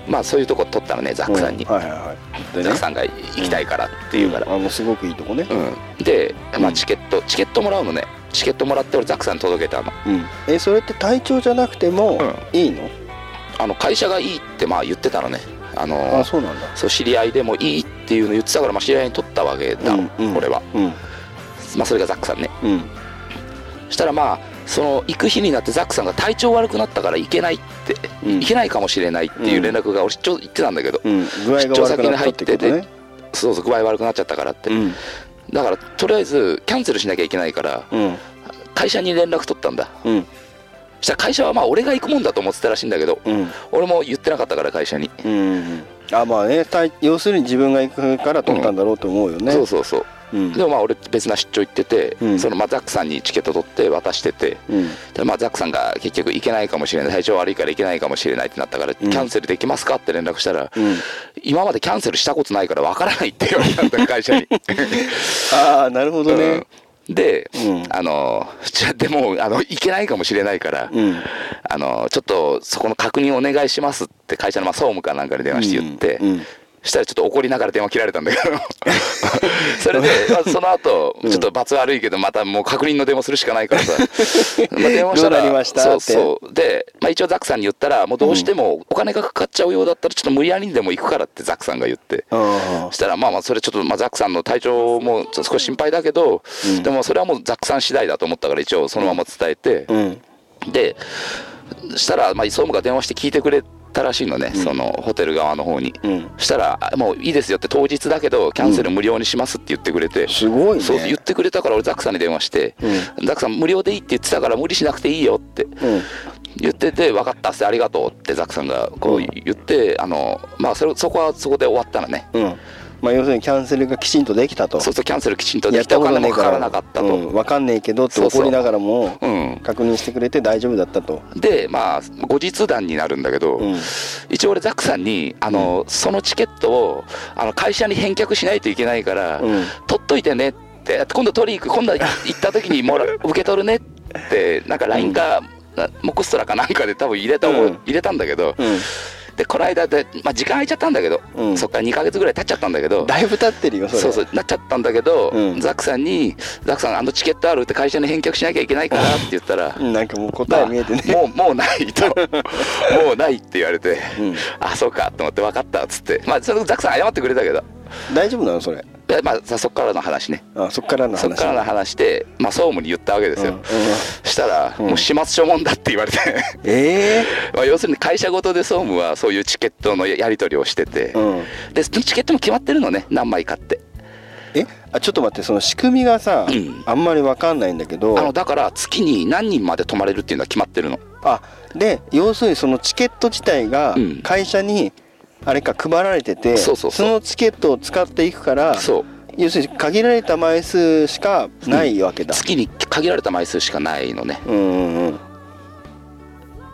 まあそういうとこ取ったらねザックさんに、はいはいはいザッでねクさんが行きたいからって言うから、あのすごくいいとこねうんで、まうあ、んチケットチケットもらうのねチケットもらって俺ザックさんに届けたのうん、えそれって体調じゃなくてもいいの、あの会社がいいってまあ言ってたのねあのあそうなんだそう知り合いでもいいっていうの言ってたから、まあ、知り合いに取ったわけだ、うんうん俺は、うんまあ、それがザックさんねうんそしたらまあその行く日になってザックさんが体調悪くなったから行けないって、うん行けないかもしれないっていう連絡が俺ちょ言ってたんだけど、うん、具合が悪くなったってことねそうそう具合悪くなっちゃったからって、うんだからとりあえずキャンセルしなきゃいけないからうん会社に連絡取ったんだうんそしたら会社はまあ俺が行くもんだと思ってたらしいんだけどうん俺も言ってなかったから会社にうんあまあね体要するに自分が行くから取ったんだろうと思うよね、そうそうそう、うんでもまあ俺別な出張行ってて、うんそのまあザックさんにチケット取って渡してて、うんでまあ、ザックさんが結局行けないかもしれない体調悪いから行けないかもしれないってなったから、んキャンセルできますかって連絡したら、ん今までキャンセルしたことないからわからないって言われたんだよ会 社に。ああなるほどね、うんで、うんあのじゃあでもあの行けないかもしれないから、うんあのちょっとそこの確認お願いしますって会社のまあ総務かなんかに電話して言って、うんうんしたらちょっと怒りながら電話切られたんだ けどそれで、まあ、その後ちょっと罰悪いけどまたもう確認の電話するしかない からさまあ電話したどうらなりましたそうってそうで、まあ、一応ザックさんに言ったらもうどうしてもお金がかかっちゃうようだったらちょっと無理やりにでも行くからってザックさんが言って。あそしたらまあまあそれちょっとまあザックさんの体調もちょっと少し心配だけど、でもそれはもうザックさん次第だと思ったから一応そのまま伝えてあ、うんでそしたらまあ総務が電話して聞いてくれたらしいのね、そのホテル側の方に、うんそしたらあ「もういいですよ」って当日だけどキャンセル無料にしますって言ってくれて、すごいねそう言ってくれたから俺ザックさんに電話して、うザックさん無料でいいって言ってたから無理しなくていいよって、うん言ってて分かったっすありがとうってザックさんがこう言って、あのまあそれそこはそこで終わったのね、うんまあ要するにキャンセルがきちんとできたとそうするとキャンセルきちんとでやきてお金ねもえかからなかったと、うん、わかんねえけどってそうそう怒りながらもうん確認してくれて大丈夫だったとでまあ後日談になるんだけど、うん一応俺ザックさんにあの、そのチケットをあの会社に返却しないといけないから、うん取っといてねって今度取り行く今度行った時にもら受け取るねってなんか LINE か、なモクストラかなんかで多分入れた、うん入れたんだけど、うでこの間で、まあ、時間空いちゃったんだけど、うんそっから2ヶ月ぐらい経っちゃったんだけどん、だいぶ経ってるよそれそうそうなっちゃったんだけど、うんザックさんに「ザックさんあのチケットあるって会社に返却しなきゃいけないから」って言ったら「うんなんかもう答え見えてね、まあもうもうない ともうないって言われて、うんあそうかと思って分かったっつってまあそのザックさん謝ってくれたけど 大丈夫なのそれでまあさそっからの話ねあそっからの話そっからの話で、まあ、総務に言ったわけですよ、うんうんしたら、うんもう始末書もんだって言 われてえまあ要するに会社ごとで総務はそういうチケットのややり取りをしてて、えうんでチケットも決まってるのね何枚買ってえあちょっと待ってその仕組みがさ、うんあんまりわかんないんだけどあのだから月に何人まで泊まれるっていうのは決まってるのあで要するにそのチケット自体がうん会社にあれか配られてて、そうそうそうのチケットを使っていくからそう要するに限られた枚数しかないわけだ、月に限られた枚数しかないのねうん、うんうん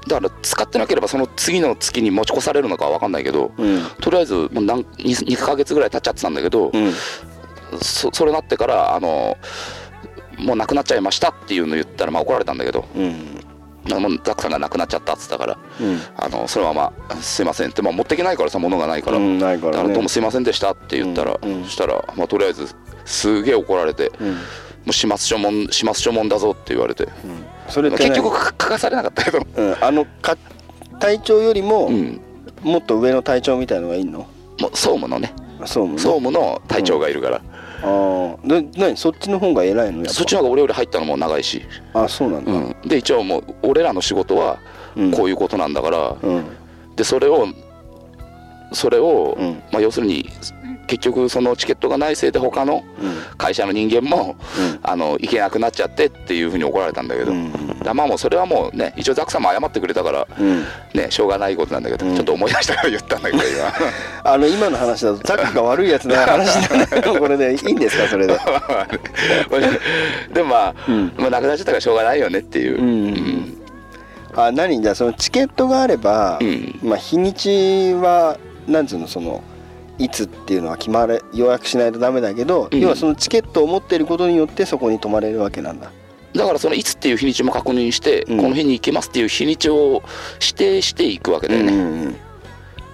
だから使ってなければその次の月に持ち越されるのかは分かんないけど、うんとりあえずもう何 2, ヶ月ぐらい経っちゃってたんだけど、うんそそれなってからあのもうなくなっちゃいましたっていうのを言ったら、まあ、怒られたんだけどうんなんかもうザックさんがなくなっちゃったっつったから、うんあのそのまますいませんって、まあ、持っていけないからさ物がないから、うんないからねだからどうもすいませんでしたって言ったら、うんうんしたら、まあ、とりあえずすげえ怒られて、んもう始末書もん始末書もんだぞって言われて、それっまあて結何局か書かされなかったけど、うん、あのか体調よりも、うん、もっと上の体調みたいのがいいのもう総務のねあそうもね総務の隊長がいるから、ああで何そっちの方が偉いのやっぱそっちの方が俺より入ったのも長いし、あそうなんだうん、で一応もう俺らの仕事はうんこういうことなんだから、うんでそれをそれを、うんまあ、要するに結局そのチケットがないせいで他の会社の人間も、うんあの行けなくなっちゃってっていうふうに怒られたんだけど、うんだまあもうそれはもうね一応ザックさんも謝ってくれたから、うんねしょうがないことなんだけど、うんちょっと思い出したから言ったんだけど 今あの今の話だとザックが悪いやつの話だけ どこれでいいんですかそれででもまあ、うんまあなくなっちゃったからしょうがないよねっていう、うんあ何じゃあそのチケットがあれば、うんまあ日にちはなんつうのそのいつっていうのは決まれ予約しないとダメだけど、うん要はそのチケットを持っていることによってそこに泊まれるわけなんだだからそのいつっていう日にちも確認して、うんこの日に行けますっていう日にちを指定していくわけだよね、うんうんうん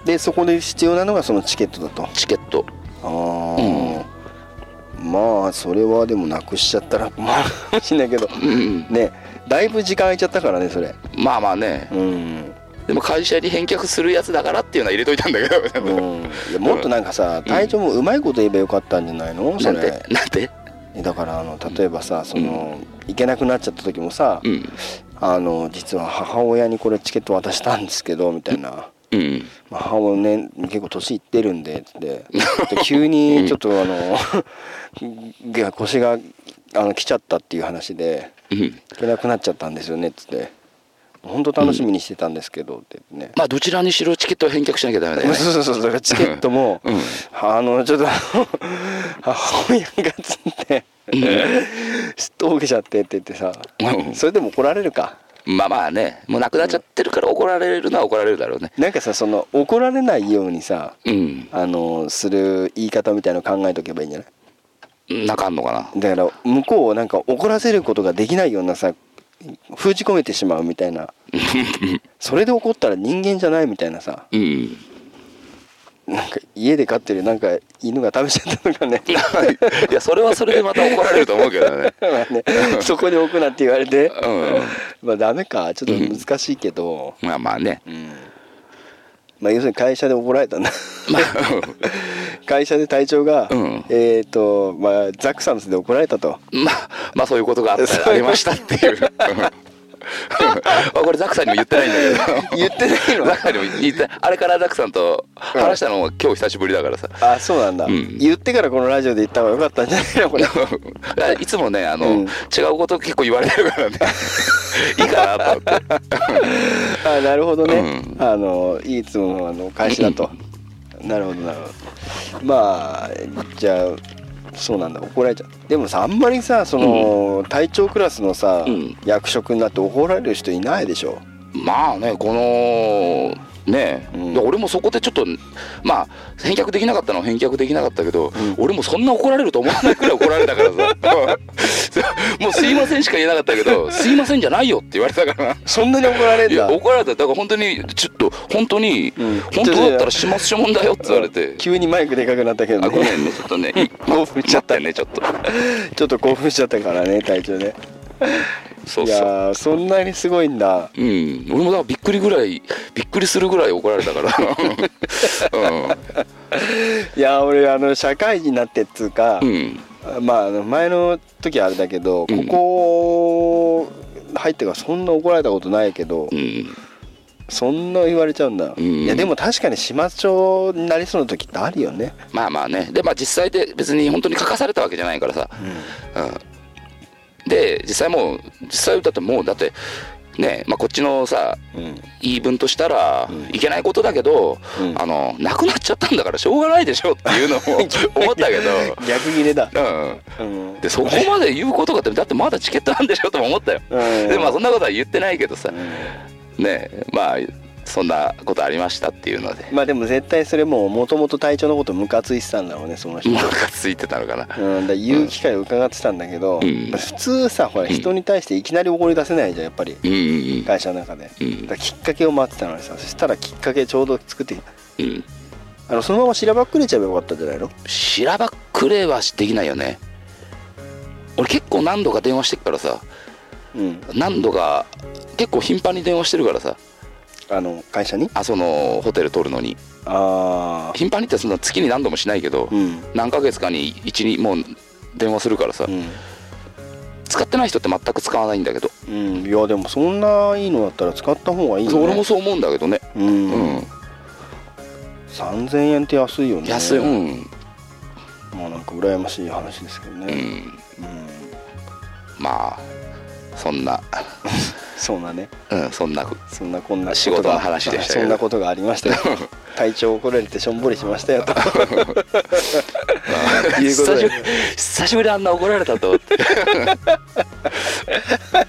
でそこで必要なのがそのチケットだとチケットああ、まあそれはでもなくしちゃったらまあ かもしれないけどうんうんねだいぶ時間空いちゃったからねそれまあまあねうん、でも会社に返却するやつだからっていうのは入れといたんだけうど、ん、いやもっとなんかさ体調もうまいこと言えばよかったんじゃないのそなんれてなんてだからあの例えばさその、行けなくなっちゃった時もさ、うんあの実は母親にこれチケット渡したんですけどみた いな、うんまあ母親ね結構年いってるんでつってで急にちょっとあのが 腰があの来ちゃったっていう話でうん行けなくなっちゃったんですよねっつって本当楽しみにしてたんですけどって言ってね、まあどちらにしろチケットは返却しなきゃダメだよねそうそうそうだからチケットも、うんあのちょっと母親がつって と受けちゃってって言ってさ、うんそれでも怒られるかまあまあねもうなくなっちゃってるから怒られるのは怒られるだろうねなんかさその怒られないようにさうんあのする言い方みたいの考えとけばいいんじゃないなんかあんのかなだから向こうをなんか怒らせることができないようなさ封じ込めてしまうみたいなそれで怒ったら人間じゃないみたいなさ うんなんか家で飼ってるなんか犬が食べちゃったとかねいやそれはそれでまた怒られると思うけどね まあね そこで置くなって言われてうまあダメかちょっと難しいけど、んまあまあねまあ要するに会社で怒られたんだまあ 会社で隊長が、うんえっ、とまあザックさんのせいで怒られたとまあまあそういうことがあったありましたっていううんまあこれザックさんにも言ってないんだけど言ってないのザックさんにも言ってあれからザックさんと話したのも今日久しぶりだからさあそうなんだ、うん言ってからこのラジオで言った方が良かったんじゃないのこれいつもねあの、うん違うこと結構言われるからね いいかなと思ってあなるほどね、うあのいつものあの会社だとなるほどなるほどまあじゃあそうなんだ怒られちゃうでもさあんまりさその、隊長クラスのさ、うん役職になって怒られる人いないでしょまあねこのね、うんで俺もそこでちょっとまあ返却できなかったのは返却できなかったけど、俺もそんな怒られると思わないくらい怒られたからさ もう「すいません」しか言えなかったけど「すいませんじゃないよ」って言われたから。そんなに怒られいるんやだ怒られただから本当にちょっと本当に、うん本当だったら始末書もんだよって言われて急にマイクでかくなったけあどごめねんねちょっとねい興奮しちゃった待てねちょっとちょっと興奮しちゃったからね隊長ねそういそうやーそんなにすごいんだうん、俺もだからびっくりぐらいびっくりするぐらい怒られたから いやー俺あの社会人になってっつうか、うん、うん、まああの前の時はあれだけどうんここ入ってからそんな怒られたことないけど、うんそんな言われちゃうんだ、んいやでも確かに始末書になりそうな時ってあるよねまあまあねでまあ実際で別に本当に書かされたわけじゃないからさ、うんで実際もう実際だってもうだってねまあ、こっちのさうん言い分としたらいけないことだけど、うんあのなくなっちゃったんだからしょうがないでしょって いうのも思ったけ逆切れだど、うんうん、でそこまで言うことがだってまだチケットなんでしょとも思ったよ、うんでまあそんなことは言ってないけどさ、うんねえまあそんなことありましたっていうのでまあでも絶対それももともと隊長のことムカついてたんだろうねその人、 ムカついてたのかなうん、だ言う機会を伺ってたんだけど、うん普通さほら人に対していきなり怒り出せないじゃんやっぱりうんうん会社の中で、うんだからきっかけを待ってたのにさそしたらきっかけちょうど作ってうんうんあのそのまましらばっくれちゃえばよかったんじゃないのしらばっくれはできないよね俺結構何度か電話してっからさうん何度か結構頻繁に電話してるからさあの会社にあそのホテル取るのにああ頻繁にってそんな月に何度もしないけど、うん何ヶ月かに1にもう電話するからさ、うん、使ってない人って全く使わないんだけど、うん、いやでもそんないいのだったら使った方がいいよね俺もそう思うんだけどねう、うんん、 3000円って安いよね安いうん、もうなんか羨ましい話ですけどうねん、うん、まあそんなそんなねうん、そんな、そんなこんな仕事の話でしたけそどんなことがありました よ体調怒られてしょんぼりしました よというこ久しぶとでり久しぶりあんな怒られたと思 って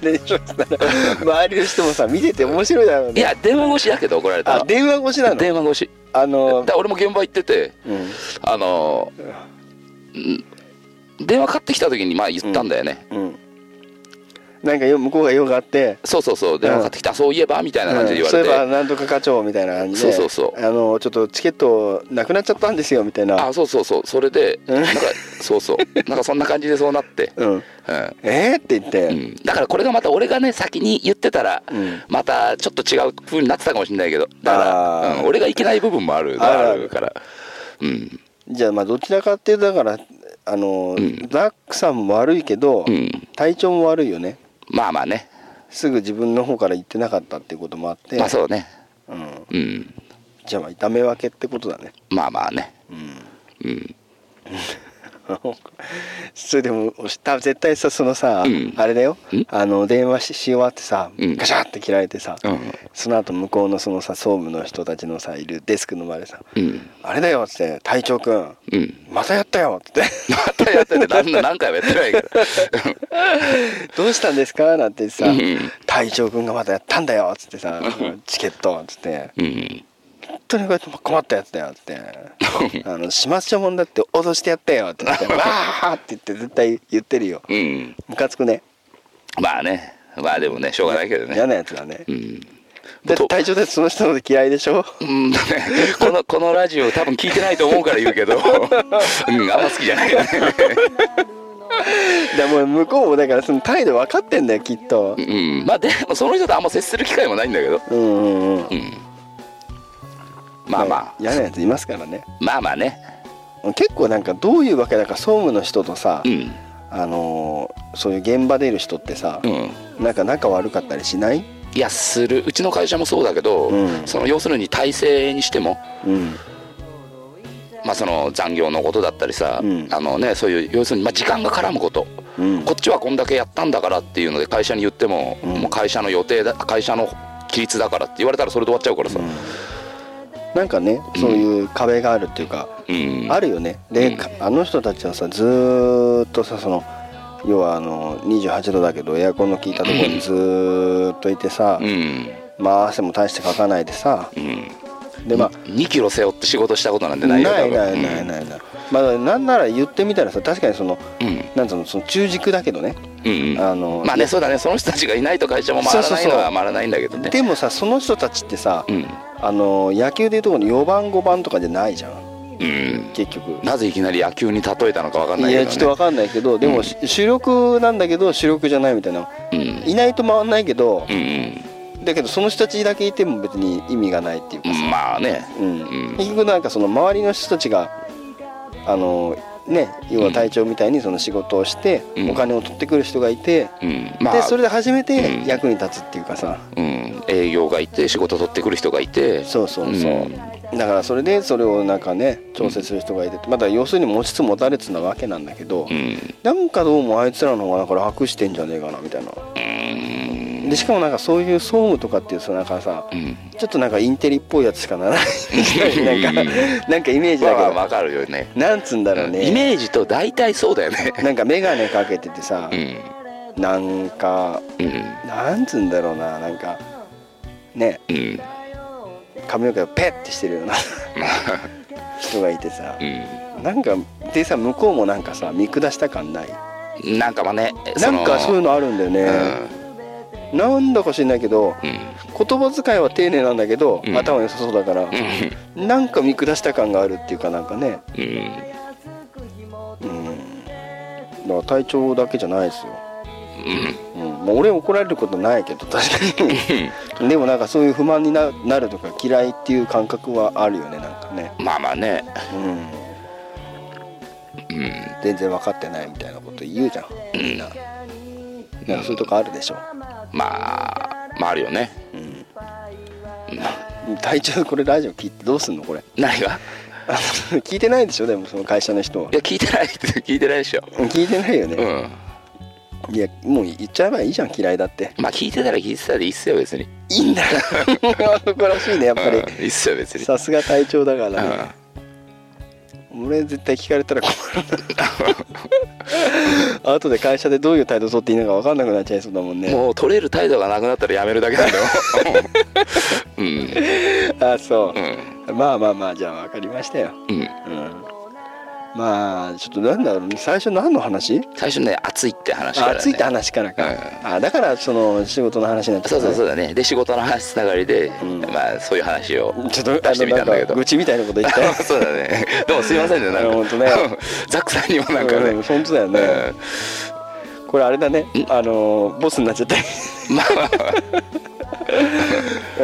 連勝したら周りの人もさ見てて面白いだろういねや電話越しだけど怒られたあの電話越しなの電話越しあだのから俺も現場行っててうんあのうん電話かかってきた時にまあ言ったんだよね、うんなんかよ向こうが用があってそうそうそう電話かかってきた、そういえばみたいな感じで言わそうれいえて、ばなんとか課長みたいな感じでそうそうそうあのちょっとチケットなくなっちゃったんですよみたいなあそうそうそうそれでうなんんかそうそうなんかそんな感じでそうなって、 うんうんえー、って言っうて、ん、だからこれがまた俺がね先に言ってたら、うんまたちょっと違う風になってたかもしれないけどだかあら、ーうん俺がいけない部分もあるあるああるるからうんじゃあまあどちらかっていうとだからあの、んザックさんも悪いけど、うん体調も悪いよねまあまあねすぐ自分の方から言ってなかったっていうこともあって、まあそうねうん、うんじゃあまあ痛め分けってことだねまあまあねうんうんの それでもた絶対さそのさ、うんあれだよんあの電話しし終わってさ、うんガシャって切られてさ、うんその後向こうのそのさ総務の人たちのさいるデスクの前でさ「うんあれだよ」っつって「隊長くんうん またやったよ」っつって またやってて何何回もやってないから「どうしたんですか?」なんてさうん「隊長くんがまたやったんだよ」っつってさ「チケット」っつってうん本当にこれ困ったやつだよってあの始末書もんだって脅してやったよって言って「わー!」って言って絶対言ってるようんムカつくねまあねまあでもねしょうがないけど嫌ねなやつだねうんだって隊長だってその人のこと嫌いでしょ うんね、このこのラジオ多分聞いてないと思うから言うけど、うん、あんま好きじゃないよねだもう向こうもだからその態度分かってんだよきっとうんまあでもその人とあんま接する機会もないんだけどうんうんううんんまあまあ嫌なやついますからねまあまあね結構なんかどういうわけだか総務の人とさ、うんあのーそういう現場でいる人ってさう、んなんか仲悪かったりしない、いやするうちの会社もそうだけど、うんその要するに体制にしても、うん、まあ、その残業のことだったりさ、うんあのね、そういう要するにまあ時間が絡むこと、うんこっちはこんだけやったんだからっていうので会社に言っても,、んもう会社の予定だ会社の規律だからって言われたらそれで終わっちゃうからさ、なんかねそういう壁があるっていうか、うんあるよねで、うんかあの人たちはさずーっとさその要はあの28度だけどエアコンの効いたところにずーっといてさ、うんまあ汗も大してかかないでさうんでまあ2キロ背負って仕事したことなんてなないいよない多ない分ないないないまあなんなら言ってみたらさ確かにそのうんなんつうのその中軸だけどねうんうんあのまあねそうだねその人たちがいないと会社も回らそうなそういそうのは回らないんだけどねでもさその人たちってさ、うんあの野球でいうところの4番5番とかじゃないじゃんうん結局。なぜいきなり野球に例えたのかわかんないいけやちょっとど、わかんないけどでも、うんし主力なんだけど主力じゃないみたいなね、いないと回んないけどうん、うんだけどその人たちだけいても別に意味がないっていうかうんまあねうんうん結局なんかその周りの人たちがあのね要は隊長みたいにその仕事をして、うんお金を取ってくる人がいて、うんまあでそれで初めうてん役に立つっていうかさ、うん、営業がいて仕事取ってくる人がいてそうそうそう、だからそれでそれをなんかね調整する人がいて、まだ要するに持ちつ持たれつなわけなんだけど、うんなんかどうもあいつらの方がなんか楽してんじゃねえかなみたいなうんでしかもなんかそういう総務とかっていうさなんかさうんちょっとなんかインテリっぽいやつしかならないなんかなんかイメージだけまあど、わかるよねなんつうんだろうイね、メージと大体そうだよねなんか眼鏡かけててさう、んなんかうんなんつうんだろうななんかねうん髪の毛をペッてしてるような 人がいてさうなんかでさ向こうもなんかさ見下した感ないんなんかまあねなんかそういうのあるんだよね、なんだか知んないけどうん言葉遣いは丁寧なんだけど、うん頭良さそうだから、なんか見下した感があるっていうかなんかねうんうんうんだから体調だけじゃないですよ、うんうんまあ、俺怒られることないけど確かにでもなんかそういう不満にななるとか嫌いっていう感覚はあるよねなんかねまあまあねうんうん全然分かってないみたいなこと言うじゃんみんな,、なんかそういうとこあるでしょまあまああるよね体調これラジオ聞いてどうすんのこれ 何があの聞いてないでしょでもその会社の人はいや聞いてないって聞いてないでしょ聞いてないようね、んいやもう言っちゃえばいいじゃん嫌いだってまあ聞いてたら聞いてたでいいっすよ別にいいん だあの子らしいねやっぱりうんいいっすよ別にさすが隊長だかうら、俺絶対聞かれたら困る 後で会社でどういう態度取っていいのか分かんなくなっちゃいそうだもんんねもう取れる態度がなくなったらやめるだけなん だようんあそうう、んまあまあまあじゃあ分かりましたようんうんまあちょっとなんだろうね最初何の話最初ね暑いって話から、あね、ついた話からか、うあだからその仕事の話になっちゃそうったそうそねうだねで仕事の話つながりで、んまあそういう話をちょっと出してみたんだけあのなんかど愚痴みたいなこと言ったよそうだねどうもすいませんねなんかうん本当ねザックさんにも なんかね、う本当だよね、これあれだねあのボスになっちゃった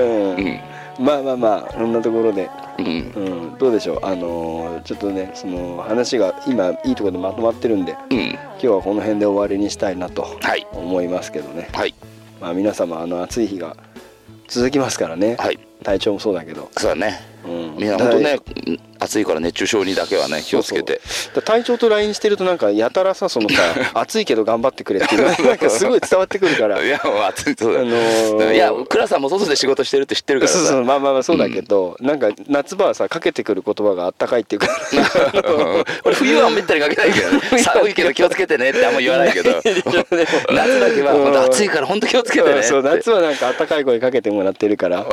うんまあまあんうんまあまあまあそんなところで、うんうん、どうでしょうあのーちょっとねその話が今いいところでまとまってるんでうん今日はこの辺で終わりにしたいなとはい思いますけどね、はいまあ、皆様あの暑い日が続きますからね、はい体調もそうだけど、そうだねうんみんな本当ね暑いから熱中症にだけはね気をつけてそうそうだから隊長と LINE してるとなんかやたらさ そのさ暑いけど頑張ってくれっていうのがなんかすごい伝わってくるからいやもう暑いそうだ、あのーいや倉さんも外で仕事してるって知ってるからさそうそうまあまあまあそうだけど、なんか夏場はさかけてくる言葉があったかいっていうかうん 俺冬はめったにかけないけど ね寒いけど気をつけてねってあんま言わないけど 夏だけは本当暑いから本当気をつけてねうっんてそう夏はなんかあったかい声かけてもらってるから、う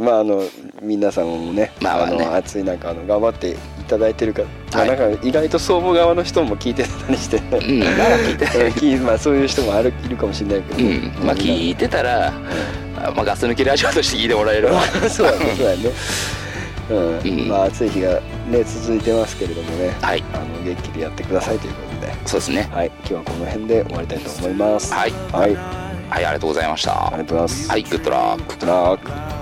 ん、まああの皆さんもね,、まあまあねの暑い中あの頑張っていただいてるから、はいまあなんか意外と総務側の人も聞いてたりして、うん まあ聞いてうん聞い まあ、そういう人もあるいるかもしれないけうど、んまあ聞いてたら、まあ、ガス抜きラジオとして聞いてもらえれば そ うだねそうだね、うんうんまあ暑い日がね続いてますけれどもねはいあの元気でやってくださいということでそうですねはい今日はこの辺で終わりたいと思いますはいはい、ありはいありがとうございましたがとうございます、はいグッドラックラック Thank